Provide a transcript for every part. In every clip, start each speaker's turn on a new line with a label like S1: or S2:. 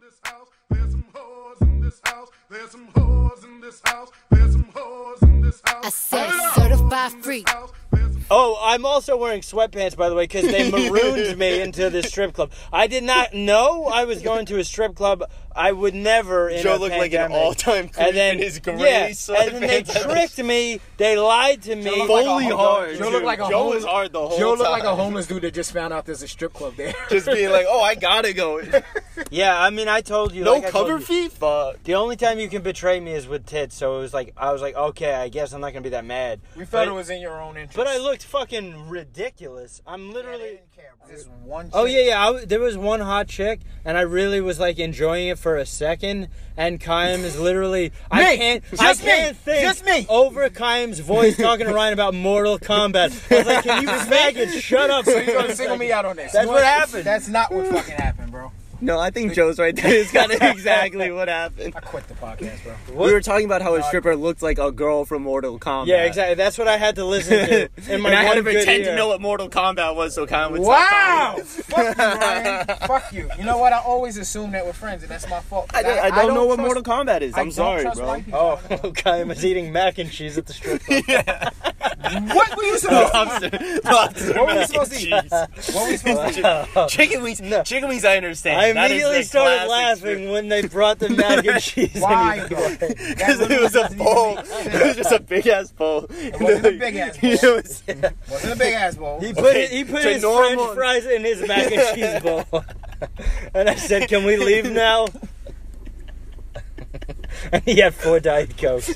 S1: this house. There's some hoes in this house. There's some hoes in this house. There's some hoes in this house.
S2: I said certified freak.
S1: There's some
S3: Oh, I'm also wearing sweatpants, by the way, because they marooned me into this strip club. I did not know I was going to a strip club. I would never. In
S4: Joe
S3: a
S4: looked like
S3: pandemic.
S4: an all-time creep
S3: And then
S4: in his gray
S3: yeah, and then they
S4: sweatpants.
S3: tricked me. They lied to me.
S5: looked like a
S4: Fully
S5: homo-
S4: hard.
S5: Joe looked like a
S4: Joe
S5: homo-
S4: was hard the whole
S5: Joe
S4: time.
S5: looked like a homeless dude that just found out there's a strip club there.
S4: Just being like, oh, I gotta go.
S3: yeah, I mean, I told you.
S4: No
S3: like I told
S4: cover
S3: you.
S4: fee? Fuck.
S3: The only time you can betray me is with tits. So it was like I was like, okay, I guess I'm not gonna be that mad.
S5: You felt
S3: But-
S5: it was in your own interest.
S3: But I looked fucking ridiculous. I'm literally.
S5: This one.
S3: Oh
S5: chick-
S3: yeah, yeah. I w there was one hot chick, and I really was like enjoying it for a second. And Chaim is literally, I
S5: Me!
S3: can't,
S5: Just
S3: I
S5: me!
S3: can't think
S5: Just me!
S3: over Chaim's voice talking to Ryan about Mortal Kombat. I was like, can you faggot shut up?
S5: So you're gonna single me out on this?
S3: That's
S5: You
S3: what
S5: know
S3: happened.
S5: That's not what fucking happened, bro.
S4: No, I think Joe's right there. It's kind of exactly what happened.
S5: I quit the podcast, bro.
S4: We were talking about how a stripper looked like a girl from Mortal Kombat.
S3: Yeah, exactly. That's what I had to listen to. In
S4: and
S3: my
S4: I had to
S3: one good
S4: pretend to
S3: ear.
S4: know what Mortal Kombat was, so Kyle would stop
S5: Wow!
S4: talking.
S5: Fuck you, Ryan. Fuck you. You know what? I always assume that we're friends, and that's my fault.
S4: I, don't- I don't know what
S5: trust-
S4: Mortal Kombat is.
S5: I
S4: I'm
S5: don't
S4: sorry,
S5: trust
S4: bro.
S5: white people.
S3: Oh, Chaim is eating mac and cheese at the strip club.
S5: What were you supposed
S4: Lobster,
S5: to
S4: lobster,
S5: What were we
S4: mac
S5: supposed to
S4: and
S5: eat?
S4: cheese.
S5: What were we supposed to do?
S4: Chicken wings. Chicken wings. I understand.
S3: I
S4: That is
S3: immediately
S4: the
S3: started
S4: classic
S3: laughing when they brought the mac and cheese. and
S5: Why,
S3: he-
S5: bro?
S4: Because it was a bowl. It was just a big ass bowl. It
S5: wasn't a big-ass bowl.
S4: It was,
S5: Wasn't a big ass bowl.
S3: He
S5: It
S3: put
S4: Okay,
S3: it, he put
S4: to
S3: his
S4: normal-
S3: French fries in his mac and cheese bowl, and I said, "Can we leave now?" and he had four diet cokes.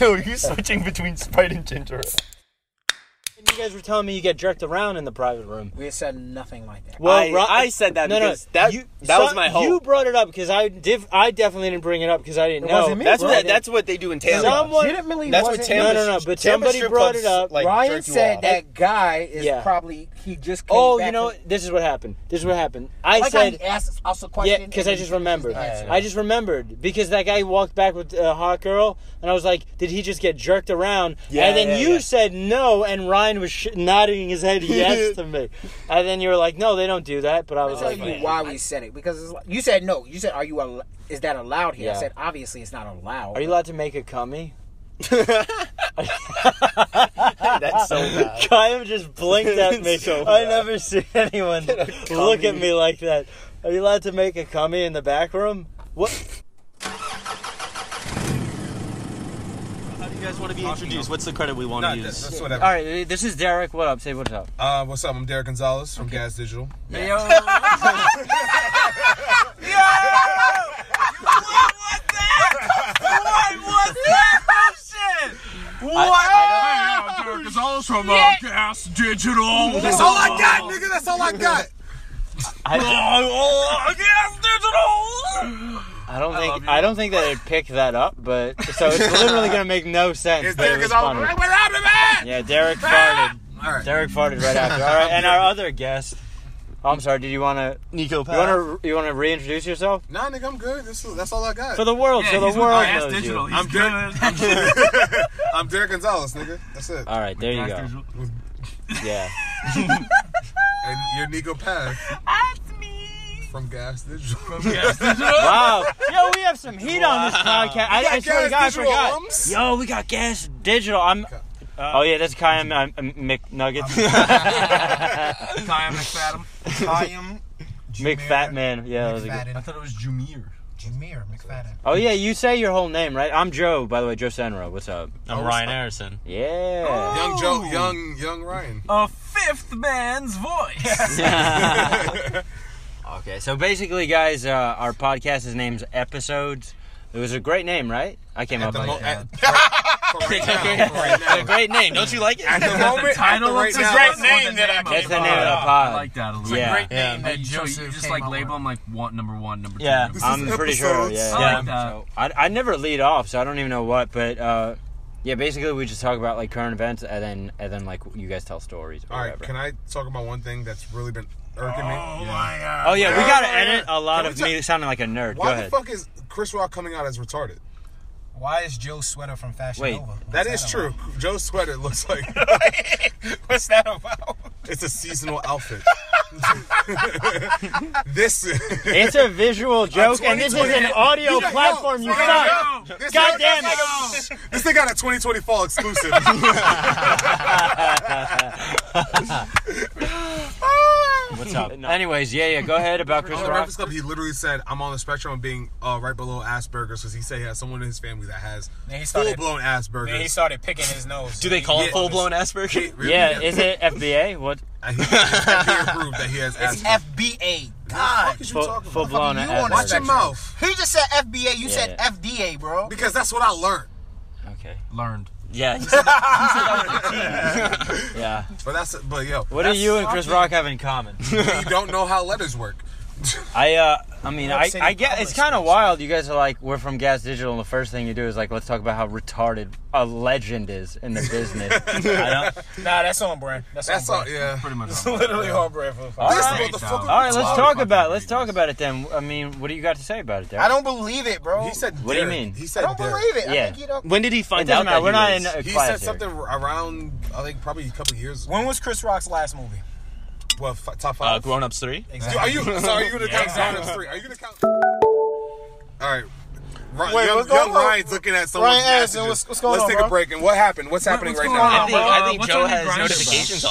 S4: no, you're switching between Sprite and ginger.
S3: you guys were telling me you get jerked around in the private room.
S5: We said nothing like that.
S3: Well,
S4: I-
S3: Ro-
S4: I said that
S3: no, no,
S4: because that-
S3: you-
S4: that was my hope.
S3: You brought it up because I div- I definitely didn't bring it up because I didn't know.
S5: wasn't me,
S4: That's
S5: bro.
S4: what that's what they do in Tampa.
S3: Someone-
S5: Legitimately,
S4: that's what
S5: wasn't
S4: Tampa.
S3: No, no, no, but
S4: Tampa
S3: somebody
S4: strip
S3: brought it
S4: clubs,
S3: up.
S4: Like,
S5: Ryan
S4: jerk you
S5: said
S4: off.
S5: that guy is
S3: Yeah.
S5: probably he just. Came
S3: Oh,
S5: back
S3: you know,
S5: from-
S3: this is what happened. This is what happened. I
S5: Like how
S3: said
S5: he asked us a
S3: Yeah,
S5: question.
S3: because I
S5: and he
S3: just
S5: used
S3: remembered.
S5: the answer.
S3: I just remembered because that guy walked back with a hot girl, and I was like, "Did he just get jerked around?"
S4: Yeah,
S3: and then
S4: yeah,
S3: you
S4: yeah.
S3: said no, and Ryan was sh- nodding his head yes to me, and then you were like, "No, they don't do that." But I was
S5: tell
S3: like,
S5: you why we said it because it's like, you said no. You said, "Are you al- is that allowed here?"
S3: Yeah.
S5: I said, "Obviously, it's not allowed."
S3: "Are you allowed to make a cummy?"
S4: That's so bad.
S3: Kyle just blinked at me.
S4: It's so
S3: I
S4: bad.
S3: never see anyone look at me like that. Are you allowed to make a cummy in the back room? What?
S4: How do you guys want to be introduced? What's the credit we want
S6: Not this. That's whatever.
S3: All right, this is Derek. What up? Say what's up.
S6: Uh, what's up? I'm Derek Gonzalez from Gas Digital.
S7: I'm Derek Gonzalez from uh, Gas Digital.
S6: That's all I got, nigga. That's all I got.
S3: I don't think I, don't think that it picked that up, but so it's literally gonna make no sense.
S6: It's
S3: but it
S6: Derek
S3: was
S6: Gonzalez.
S3: funny.
S6: Right, what happened, man?
S3: Yeah, Derek farted.
S6: All right.
S3: Derek farted right after. All right, and our other guest. Oh, I'm sorry. Did you wanna you
S4: Nico
S3: wanna you wanna reintroduce yourself
S6: Nah, nigga, I'm good. That's, that's all I got.
S3: for the world?
S7: Yeah,
S3: so
S7: he's
S3: the
S7: with
S3: world
S7: Gas
S3: knows
S7: Digital.
S3: you.
S7: He's good. I'm
S6: I'm Derek Gonzalez, nigga. That's it.
S3: All right, there you go. Yeah.
S6: And you're Nico Path. That's me. From Gas Digital.
S3: Wow. Yo, we have some heat on this podcast. I, I swear to God, I
S6: Digital
S3: forgot.
S6: alums?
S3: Yo, we got gas digital. I'm. oh yeah, that's Kyle um, McNuggets.
S7: Kyle McFadden.
S4: Kayam.
S3: McFatman. Yeah, that was a good.
S4: I thought it was Jameer.
S5: Jameer McFadden.
S3: Oh yeah, you say your whole name, right? I'm Joe, by the way, Joe Senra. What's up?
S4: I'm Oh, Ryan Arison.
S3: Yeah.
S6: Young Joe,
S3: Oh.
S6: young, young Ryan.
S7: A fifth man's voice.
S3: okay, so basically, guys, uh, our podcast is named Episodes. It was a great name, right? I came up
S6: The
S3: with
S6: mo-
S3: it.
S6: at- for- for right now, for right now.
S3: great name. Don't you like it?
S6: At the moment, at the
S7: title
S6: right
S7: of
S6: now,
S7: great
S6: that's-
S7: name that I
S3: That's the name of the pod.
S7: I like that a little.
S3: Yeah.
S7: It's a great
S4: Yeah.
S7: name that Joe. You
S5: Joseph
S7: just
S5: came
S7: like
S5: up
S7: label
S5: with.
S7: them like one, number one, number two.
S3: Yeah,
S7: number
S3: I'm
S6: is
S3: pretty sure.
S6: episodes.
S3: Yeah,
S7: I
S3: yeah.
S7: like that.
S3: So I, I never lead off, so I don't even know what. But uh, yeah, basically, we just talk about like current events, and then and then like you guys tell stories or
S6: All right,
S3: whatever.
S6: can I talk about one thing that's really been irking me? Oh,
S3: oh yeah, we gotta
S6: Yeah.
S3: edit a
S6: Can
S3: lot
S6: we
S3: of
S6: ta-
S3: me sounding like a nerd. Go
S6: Why the
S3: ahead.
S6: fuck is Chris Rock coming out as retarded?
S8: Why is Joe's sweater from Fashion
S4: Wait,
S8: Nova? What's
S9: That is
S8: about?
S9: true. Joe's sweater looks like
S8: What's that about?
S9: it's a seasonal outfit. this
S3: It's a visual joke, and this is an
S9: 2020
S3: audio
S9: got-
S3: platform. You
S9: yo,
S3: suck.
S7: Yo,
S9: this
S3: God damn it.
S9: This thing got a 2020 fall exclusive. Oh,
S4: What's up? Anyways, yeah, yeah. Go ahead about Chris
S9: On the
S4: Rock.
S9: Breakfast Club, he literally said, "I'm on the spectrum of being uh, right below Asperger's," because he said he has someone in his family that has
S8: Then he
S9: full
S8: started-
S9: blown
S8: Then he
S9: Asperger's.
S8: started picking his nose.
S4: Do they call
S9: Yeah.
S4: it full blown Asperger?
S9: Really?
S3: Yeah, is it FBA? What?
S9: And he, he approved that he has
S8: It's
S9: Asperger's.
S5: FBA.
S9: Fuck
S5: God.
S9: is you
S3: Full,
S9: talking
S3: full
S9: about?
S3: blown
S5: you on
S9: Watch
S3: FBA.
S9: your mouth,
S5: He just said FBA. You said
S4: yeah.
S5: FDA, bro.
S9: because that's what I learned.
S4: Okay.
S8: learned?
S4: Yeah. he said that- he said that with a T. yeah.
S9: But that's but yo,
S3: What do you and Chris
S4: Chris Rock
S3: Rock?
S4: have in common?
S9: we don't know how letters work.
S4: I uh, I mean, I,
S8: City
S4: I get it's
S8: Public
S4: kind of wild. You guys are like, we're from Gas Digital, and the first thing you do is like, let's talk about how retarded a legend is in the business. I don't,
S8: Nah, that's on brand. That's,
S9: That's
S8: on
S9: all.
S8: brand.
S9: Yeah.
S7: Pretty much.
S8: It's literally on brand for the fuck.
S4: All
S9: This
S4: right.
S9: motherfucker.
S7: All
S4: all right, let's
S9: Wow.
S4: talk about it. Let's talk about it then. I mean, what do you got to say about it, Derek?
S5: I don't believe it, bro.
S9: He said.
S4: What do you
S9: Derek.
S4: mean?
S9: He
S5: I
S9: said.
S5: don't
S9: Derek.
S5: believe it. I
S4: Yeah.
S5: think you don't.
S4: When did he find
S3: doesn't matter. We're not
S4: was-
S3: in a
S9: He
S3: class
S9: said
S3: here.
S9: something around I think probably a couple years.
S8: When was Chris Rock's last movie?
S9: Well, f-
S4: Uh,
S9: top five.
S4: Grown Ups Three.
S9: Dude, are you? So are you gonna count Grown Ups three? Are you gonna count? All right. Ryan,
S5: Wait,
S9: young,
S5: what's going
S9: young
S5: on?
S9: Ryan's looking at someone's
S5: Ryan Anderson,
S9: messages.
S5: what's- what's going
S9: Let's
S5: on,
S9: take
S5: bro?
S9: a break. And what happened? What's happening
S7: what's
S9: right
S7: going
S9: now?
S7: on? Uh, what's on your grinder?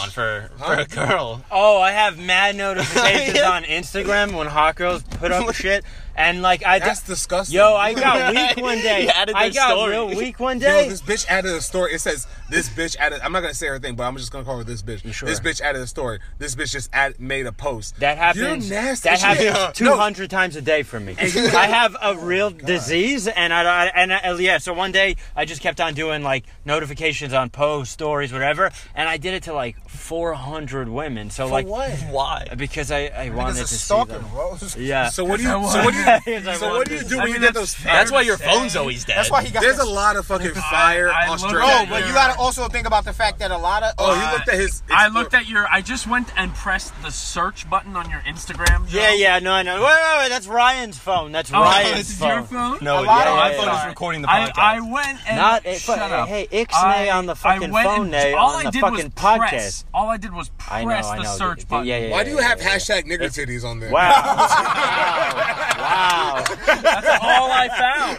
S4: on for for a girl.
S3: Oh, I have mad notifications on Instagram when hot girls put up shit, and like I
S9: That's
S3: just.
S9: disgusting.
S3: Yo, I got weak one day.
S4: He added
S3: I
S4: their
S3: got
S4: story.
S3: real weak one
S9: Yo,
S3: day.
S9: this bitch added a story. It says this bitch added. I'm not gonna say her thing, but I'm just gonna call her this bitch.
S3: sure?
S9: This bitch added a story. This bitch just add, made a post.
S3: That happens.
S9: You're nasty.
S3: That
S9: as
S3: happens
S9: shit.
S3: two hundred times a day for me. I have a real disease, and I, I and I, yeah. So one day I just kept on doing like notifications on posts, stories, whatever, and I did it to like four hundred women. So like
S4: Why?
S3: because I, I
S8: Because
S3: wanted
S8: it's
S3: to
S8: a
S3: see
S8: stalker,
S3: them.
S8: bro.
S3: Yeah.
S9: So what do you? So what do you?
S3: Because I
S9: so what
S3: wanted
S9: do you
S3: to
S9: do
S3: see
S9: when you
S8: mean,
S9: get
S8: that's
S9: those?
S8: fair.
S4: That's why your phone's always dead.
S8: That's why he got.
S9: There's
S8: the-
S9: a lot of fucking fire.
S7: I looked
S9: Australia.
S7: at
S5: Oh, but you gotta also think about the fact that a lot of.
S9: Oh, he looked at his.
S7: I looked at your. I just went and pressed the search button on your Instagram.
S3: Yeah, yeah, no, I know. Wait, wait, wait, that's Ryan's phone. That's
S7: Oh,
S3: Ryan's
S7: this is
S3: phone.
S7: your phone.
S4: No,
S8: lot
S4: yeah,
S8: of-
S4: my
S3: yeah,
S4: phone
S3: yeah.
S4: is recording the
S7: I,
S4: podcast.
S7: I went and
S3: Not it,
S7: shut
S3: but-
S7: up.
S3: hey,
S7: I-
S3: Ixnay on the fucking
S7: I went
S3: phone,
S7: and-
S3: Nay,
S7: all
S3: on
S7: I
S3: the
S7: did was
S3: fucking podcast.
S7: press- all I did was press
S3: I know, I know.
S7: the search
S3: Yeah,
S7: button.
S3: yeah, yeah,
S9: Why do you have
S3: yeah, yeah.
S9: hashtag nigger titties on there?
S3: Wow. wow.
S7: That's all I found.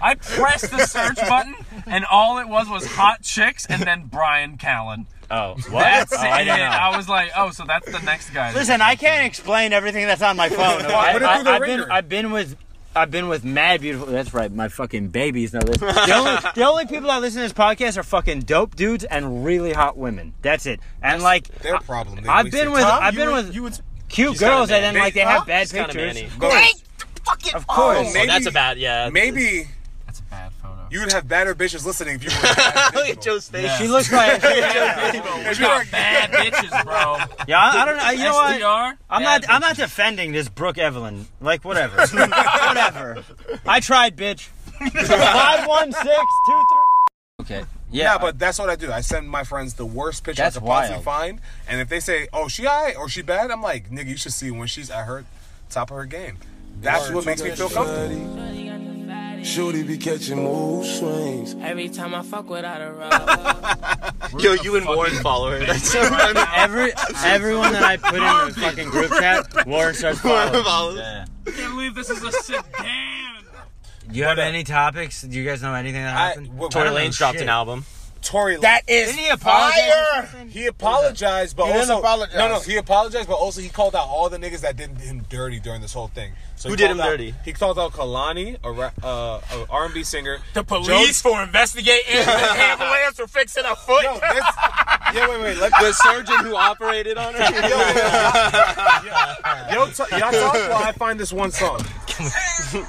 S7: I pressed the search button, and all it was was hot chicks, and then Brian Callen.
S3: Oh, what?
S7: That's
S3: Oh,
S7: it.
S3: I
S7: I,
S3: don't know.
S7: was like, oh, so that's the next guy.
S3: Listen, I can't explain everything that's on my phone. okay?
S9: Put it
S3: I,
S9: through the
S3: have been,
S9: ringer.
S3: I've been with. I've been with mad beautiful. That's right, my fucking babies know this. The only, the only people that listen to this podcast are fucking dope dudes and really hot women. That's it. And like,
S9: Their problem. They
S3: I've
S9: wasted
S3: been with
S9: time.
S3: I've been with cute girls and then like they have bad
S4: She's kinda
S3: pictures.
S4: manny.
S9: Go ahead.
S5: Hey, fucking. Of
S3: course.
S9: Maybe-
S4: oh, that's about yeah.
S9: Maybe
S7: That's a bad photo.
S9: you would have better bitches listening if you were. a bad
S4: Look at
S9: bitch.
S4: Joe's face.
S3: She looks like
S9: If
S7: We
S9: you were
S7: got
S9: a-
S7: bad bitches, bro.
S3: yeah. I, I don't know. You know what?
S7: SDR,
S3: I'm
S7: bad
S3: not. I'm not defending this Brooke Evelyn. Like whatever. whatever. I tried, bitch. Five one six two three. Okay. Yeah.
S9: Yeah, but that's what I do. I send my friends the worst picture
S3: That's
S9: I could possibly
S3: wild.
S9: find, and if they say, "Oh, she alright" or "She bad," I'm like, "Nigga, you should see when she's at her top of her game." That's what makes me feel comfortable.
S10: Shorty be catching mood swings.
S2: Every time I fuck without a rub,
S4: Yo, you and Warren follow her. That's so funny.
S3: Every everyone that I put in the fucking group chat, Warren starts following.
S4: Follows.
S7: I can't believe this is a sedan.
S3: Do you have any topics? Do you guys know anything that
S9: I,
S3: happened?
S9: what-
S4: Tory
S3: know
S4: Lanez dropped
S3: shit.
S4: an album.
S9: Tory,
S5: That is
S3: Didn't he apologize or
S5: fire.
S9: he apologized, but
S5: He didn't
S9: also
S5: apologize.
S9: no, no, he apologized, but also he called out all the niggas that did him dirty during this whole thing. So
S4: Who
S9: he
S4: did
S9: called
S4: him
S9: out-
S4: dirty?
S9: He called out Kalani, a ra- uh, a R&B singer.
S7: The police for investigating the ambulance for fixing a foot.
S9: Yo, this, yeah, wait, wait, let
S4: The surgeon who operated on her.
S9: yo, wait, wait, yo, yo, t- y'all talk while I find this one song.
S2: whack, it's gear,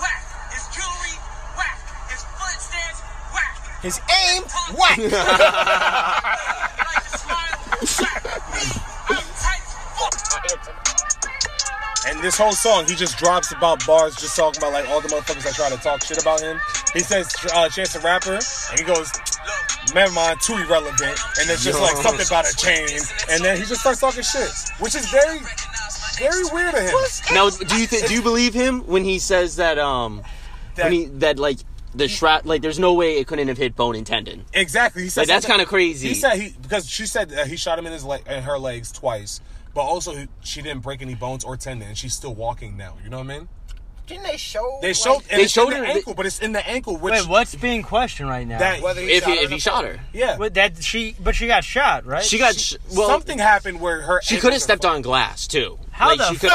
S2: whack, it's jewelry, whack, it's footsteps, whack.
S5: His aim. Whack.
S2: Like a smile, whack, me, I'm tight, fuck.
S9: And this whole song, he just drops about bars, just talking about like all the motherfuckers that try to talk shit about him. He says uh, Chance the Rapper, and he goes, "Never mind, too irrelevant." And it's just like something about a chain, and then he just starts talking shit, which is very, very weird of him.
S4: now, do you th- do you believe him when he says that um
S9: That-
S11: I mean, that like the shroud. Like, there's no way it couldn't have hit bone and tendon.
S9: Exactly. He said
S11: Like, that's
S9: something-
S11: kinda crazy.
S9: He said he because she said that he shot him in his leg in her legs twice, but also he- she didn't break any bones or tendon, and she's still walking now. You know what I mean?
S5: Didn't they show?
S9: They
S5: like,
S9: showed and
S11: they
S9: it's
S11: showed
S9: in the
S11: her-
S9: ankle, but it's in the ankle. Which
S3: Wait, what's being questioned right now?
S9: That- Whether he If shot he- her
S11: if he shot her.
S9: Yeah.
S3: But that she, but she got shot, right?
S11: She got sh- well.
S9: something happened where her
S11: She
S9: ankles
S11: could have
S9: are
S11: stepped on glass too.
S3: How
S11: like,
S3: the
S11: she could-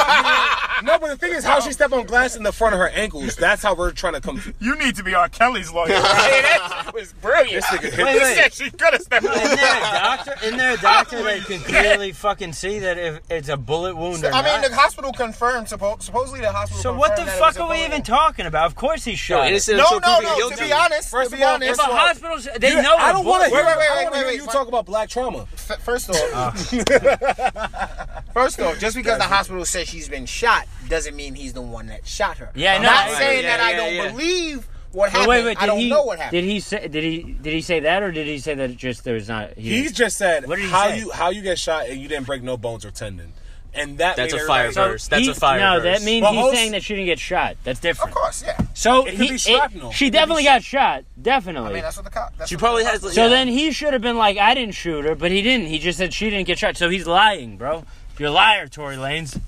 S9: no, but the thing is, how she stepped on glass in the front of her ankles. That's how we're trying to come.
S12: You need to be R. Kelly's lawyer.
S9: that was brilliant. This nigga hit
S3: Wait,
S9: this
S3: wait.
S9: shit. she could have stepped
S3: Isn't there a doctor? Isn't there a doctor that can clearly fucking see that if it's a bullet wound or
S5: I
S3: not?
S5: mean, the hospital confirmed. Suppo- supposedly, the hospital.
S3: so what the
S5: confirmed that it was
S3: fuck
S5: a
S3: are we
S5: bullet.
S3: even talking about? Of course he shot. it.
S5: No, no, no. To be honest,
S9: First
S5: to
S9: of
S5: be
S9: all-
S5: honest,
S9: first of
S3: But
S9: all-
S3: hospitals, they
S9: You-
S3: know.
S9: I don't want to hear.
S5: Wait, wait,
S9: I
S5: wait,
S9: don't wanna
S5: wait,
S9: hear
S5: wait,
S9: you
S5: wait.
S9: talk about black trauma. Uh,
S5: F- First off, first off, just because the hospital says she's been shot doesn't mean he's the one that shot her.
S3: Yeah,
S5: I'm
S3: no,
S5: not
S3: I-
S5: saying
S3: yeah,
S5: that I
S3: yeah,
S5: don't
S3: yeah.
S5: believe
S3: But
S5: what happened.
S3: wait, wait,
S5: I
S3: did
S5: don't
S3: he,
S5: know what happened.
S3: Did he say? Did he? Did he say that, or did he say that it just there was not? He,
S9: He just said
S3: What did he
S9: how
S3: say?
S9: you how you get shot and you didn't break no bones or tendon, and that
S11: That's
S9: made
S11: a fire
S9: everybody-
S11: verse. That's
S3: He-
S11: a fire
S3: No,
S11: verse.
S3: that means
S9: But
S3: he's
S9: also-
S3: saying that she didn't get shot. That's different.
S5: Of course, yeah.
S3: So
S9: It could
S3: he,
S9: be
S3: it-
S9: shrapnel.
S3: she
S9: It could be
S3: definitely got shot. Definitely.
S5: I mean, that's what the cop. That's
S11: She
S5: what
S11: probably
S5: the
S11: has.
S3: so
S11: yeah.
S3: then he should have been like, "I didn't shoot her," but he didn't. He just said she didn't get shot. So he's lying, bro. You're a liar, Tory Lanez.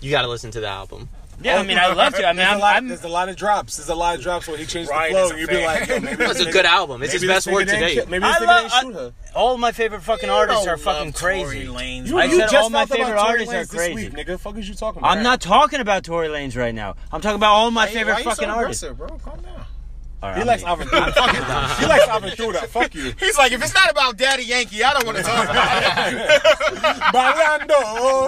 S11: you got to listen to the album.
S3: Yeah, I mean, I love to. I mean,
S9: there's,
S3: I'm,
S9: a lot,
S3: I'm
S9: there's a lot of drops. There's a lot of drops where he changed
S12: Ryan is
S9: the flow.
S12: a
S9: And you'd be
S12: fan.
S9: like, yo, maybe this
S11: That's a
S9: nigga-
S11: good album. It's
S9: maybe
S11: his
S9: this
S11: best work
S9: nigga didn't
S11: today.
S9: ki- Maybe this
S3: I
S9: nigga
S3: love-
S9: didn't shoot her.
S3: all my favorite fucking artists are fucking crazy.
S9: You,
S3: I
S9: you
S3: said
S9: just
S3: all my
S9: talked about
S3: favorite
S9: Tory
S3: artists
S9: Lanez
S3: are crazy.
S9: This week, nigga, the fuck is you talking about?
S3: I'm not talking about Tory Lanez right now. I'm talking about all my
S5: Why you-
S3: favorite
S5: why you so
S3: fucking artists.
S5: aggressive, bro. Calm down.
S3: All right,
S9: He
S3: I'm
S9: likes
S3: leaving.
S9: Aventura. Fuck it. He likes Aventura. Fuck you.
S5: He's like, if it's not about Daddy Yankee, I don't want to talk about it.
S9: Bailando.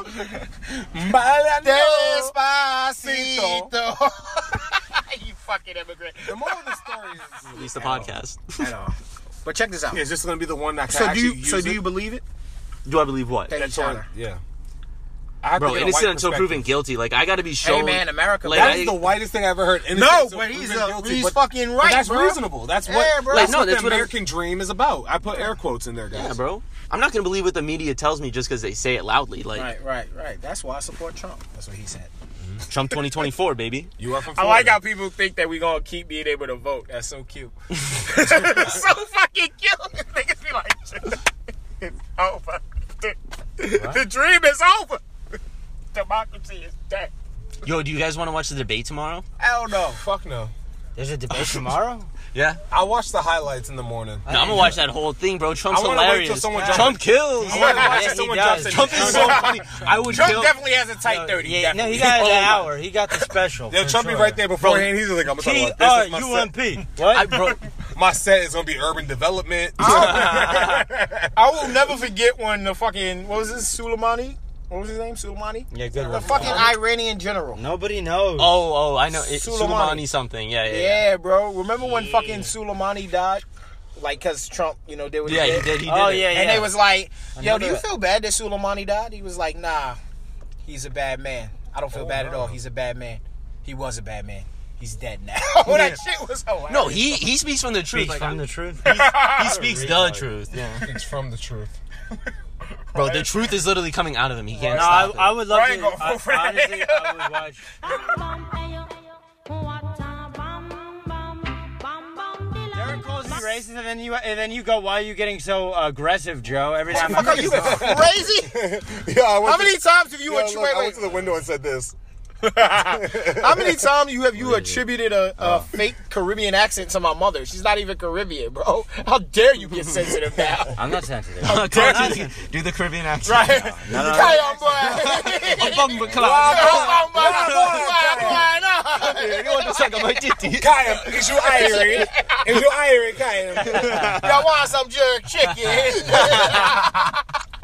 S9: Bailando.
S5: Despacito. you fucking immigrant.
S9: The moral of the story is.
S11: At least the podcast.
S5: I know. But check this out.
S9: Is this going to be the one that
S5: So
S9: can
S5: do
S9: actually
S5: you?
S9: use
S5: So do
S9: it?
S5: you believe it?
S11: Do I believe what?
S5: That he shot her.
S9: Yeah. I have to
S11: Bro,
S9: get a
S11: innocent
S9: white
S11: until
S9: perspective.
S11: proven guilty. Like I got to be shown.
S5: Hey man, America.
S11: Like,
S5: bro.
S9: That is the whitest thing I ever heard. Innocent
S5: No,
S9: until
S5: but he's
S9: proven
S5: a-
S9: guilty,
S5: he's
S9: but-
S5: fucking
S9: but
S5: right,
S9: That's
S5: bro.
S9: reasonable. That's what.
S5: Yeah, bro.
S9: That's
S11: Like, no,
S9: what
S11: that's
S9: the
S11: what I-
S9: American dream is about. I put air quotes in there, guys.
S11: Yeah, bro. I'm not gonna believe what the media tells me just because they say it loudly. Like
S5: Right, right, right. That's why I support Trump. That's what he said.
S11: Trump 2024, baby.
S9: You are from.
S12: I
S9: Florida.
S12: like how people think that we gonna keep being able to vote. That's so cute. so fucking cute. Niggas be like, it's over. The, the dream is over. Democracy is dead.
S11: Yo, do you guys want to watch the debate tomorrow?
S9: Hell no. Fuck no.
S3: There's a debate tomorrow.
S11: Yeah.
S9: I watched the highlights in the morning.
S11: No, I'm gonna watch that whole thing, bro. Trump's
S9: I wanna wait till
S11: hilarious.
S9: someone drops
S11: Trump kills.
S9: I wanna watch
S3: Yeah,
S9: if someone
S3: he
S9: drops
S3: does.
S9: in.
S11: Trump is so funny. I would
S12: Trump
S11: kill.
S12: definitely has a tight thirty.
S3: Yeah, no,
S12: definitely.
S3: he got
S11: Oh
S3: an
S11: my-
S3: hour. He got the special.
S9: Yo,
S3: for
S9: Trump be
S3: sure.
S9: right there beforehand. He's like, I'm gonna
S3: T
S9: talk
S3: R
S9: about this. This
S3: U
S9: is my
S3: M
S9: set.
S3: P. What?
S11: I bro,
S9: My set is gonna be urban development.
S5: I will never forget when the fucking what was this Suleimani? What was his name? Suleimani.
S3: yeah, good
S5: The
S3: one.
S5: fucking Iranian general.
S3: Nobody knows.
S11: Oh, oh, I know. It,
S5: Soleimani.
S11: Soleimani something. Yeah, yeah. yeah.
S5: Yeah, bro. Remember when fucking Suleimani died? Like, cause Trump, you know, did what
S11: Yeah,
S5: he
S11: he
S5: did.
S11: did. He did.
S3: Oh,
S11: it.
S3: yeah,
S5: And they was like, "Yo,
S3: know
S5: do you
S3: that.
S5: feel bad that Suleimani died?" He was like, "Nah, he's a bad man. I don't feel bad at all. He's a bad man. He was a bad man. He's dead now." All that shit was hilarious.
S11: No, he he speaks from the truth.
S3: Speaks
S11: Like,
S3: from the truth.
S11: he speaks the truth. Yeah.
S9: It's from the truth.
S11: Bro, the truth is literally coming out of him. He can't
S3: No, I,
S11: stop
S3: I
S11: it.
S3: would love
S12: I
S3: to.
S12: ain't gonna
S3: I,
S12: vote for that.
S3: honestly, I would watch. Derek calls you racist, and then you and then you go, "Why are you getting so aggressive, Joe?" Every time. I
S5: you crazy?
S9: Yeah, I went
S5: How
S9: to-
S5: many times have you
S9: Yo,
S5: attributed?
S9: look, I went to the window and said this.
S5: How many times you have you attributed a, a fake Caribbean accent to my mother? She's not even Caribbean, bro. How dare you get sensitive now?
S3: I'm not sensitive.
S12: Oh,
S11: Do the Caribbean accent.
S5: right?
S3: no, no.
S5: Hey, young boy. Oh, my
S9: oh,
S5: God, boy, boy, no.
S9: Kyle, is you Irish? Is you Irish, Kyle?
S5: Y'all want some jerk chicken?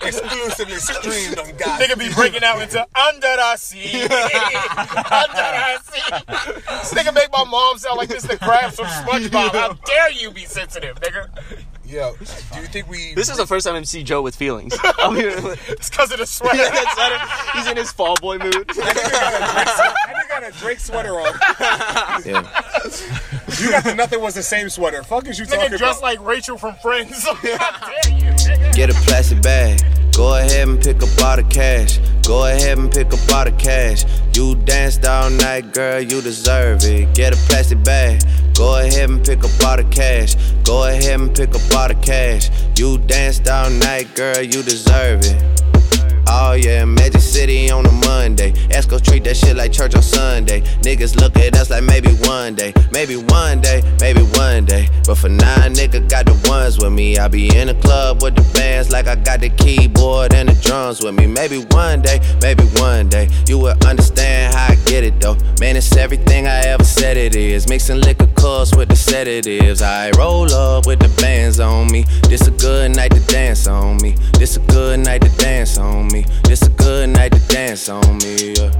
S9: Exclusively streamed on God.
S5: Nigga be breaking out into under the sea. under the sea. This nigga make my mom sound like this the crab from SpongeBob. How dare you be sensitive, nigga?
S9: Yo, do you think we?
S11: This is the first time I see Joe with feelings. I mean,
S5: It's because of the sweater.
S11: that's not him. He's in his fall boy mood.
S9: I think I got a Drake sweater on. You got the nothing was the same sweater. Fuck is you talking
S5: nigga
S9: about?
S5: dressed like Rachel from Friends. How dare you?
S10: Get a plastic bag. Go ahead and pick up all the cash.
S13: Go ahead and pick up all the cash. You danced all night, girl, you deserve it. Get a plastic bag. Go ahead and pick up all the cash. Go ahead and pick up all the cash. You danced all night, girl, you deserve it. Oh yeah, Magic City on a Monday. Esco treat that shit like church on Sunday. Niggas look at us like maybe one day, maybe one day, maybe one day. But for now, nigga got the ones with me. I be in the club with the bands like I got the keyboard and the drums with me. Maybe one day, maybe one day, you will understand how I get it though. Man, it's everything I ever said it is. Mixing liquor cups with the sedatives. I roll up with the bands on me. This a good night to dance on me. This a good night to dance on me. This a good night to dance on me. yeah.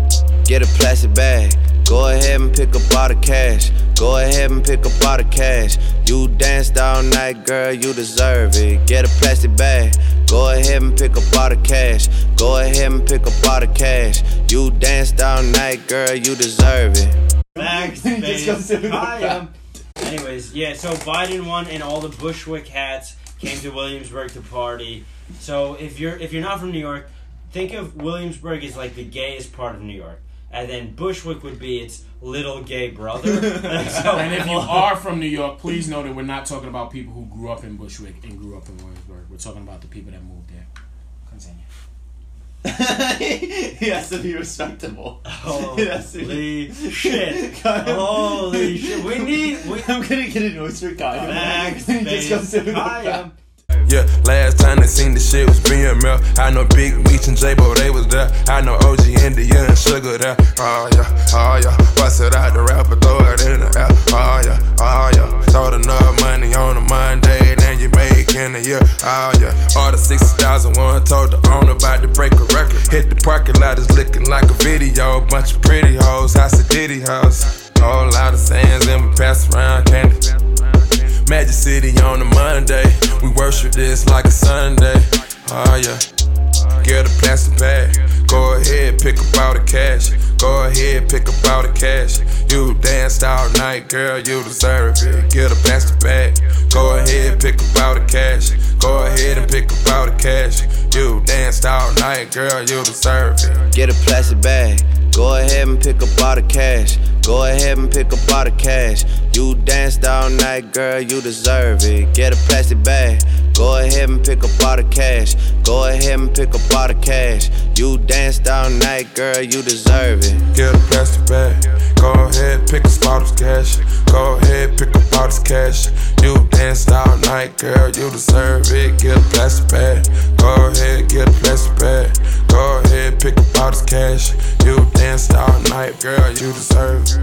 S13: Get a plastic bag. Go ahead and pick up all the cash. Go ahead and pick up all the cash. You danced all night, girl, you deserve it. Get a plastic bag. Go ahead and pick up all the cash. Go ahead and pick up all the cash. You danced all night, girl, you deserve it.
S3: Max, I am. um, Anyways, yeah. So Biden won, and all the Bushwick hats came to Williamsburg to party. So if you're if you're not from New York, think of Williamsburg as like the gayest part of New York, and then Bushwick would be its little gay brother. so,
S14: and if you are from New York, please know that we're not talking about people who grew up in Bushwick and grew up in Williamsburg. We're talking about the people that moved there. Continue.
S15: he has to be respectable.
S3: Holy
S15: It has to be-
S3: shit. Holy shit. We need. We,
S15: I'm gonna get an oyster cocktail.
S3: Max,
S15: Just come sit with the-
S6: Yeah, last time they seen the shit was BML. I know Big Meech and J, but they was there. I know OG India and Sugar there. Oh yeah, oh yeah. Bust it out the rapper, throw it in the air. Oh yeah, oh yeah. Throw enough money on a Monday, then you make in a year. Oh yeah. All the 60,001 told the owner about to break a record. Hit the parking lot, it's looking like a video. Bunch of pretty hoes, house of ditty hoes. Whole lot of sands and we pass around candy. Magic City on a Monday. We worship this like a Sunday. Oh yeah. Get a plastic bag. Go ahead, pick up all the cash. Go ahead, pick up all the cash. You danced all night, girl, you deserve it. Get a plastic bag. Go ahead, pick up all the cash. Go ahead and pick up all the cash. You danced all night, girl, you deserve it.
S13: Get a plastic bag. Go ahead and pick up all the cash. Go ahead and pick up all the cash. You danced all night, girl, you deserve it. Get a plastic bag. Go ahead and pick up all the cash. Go ahead and pick up all the cash. You danced all night, girl, you deserve it.
S6: Get a plastic bag. Go ahead, pick up all this cash. Go ahead, pick up all this cash. You danced all night, girl. You deserve it. Get a plastic bag. Go ahead, get a plastic bag. Go ahead, pick up all this cash. You danced all night, girl. You deserve it.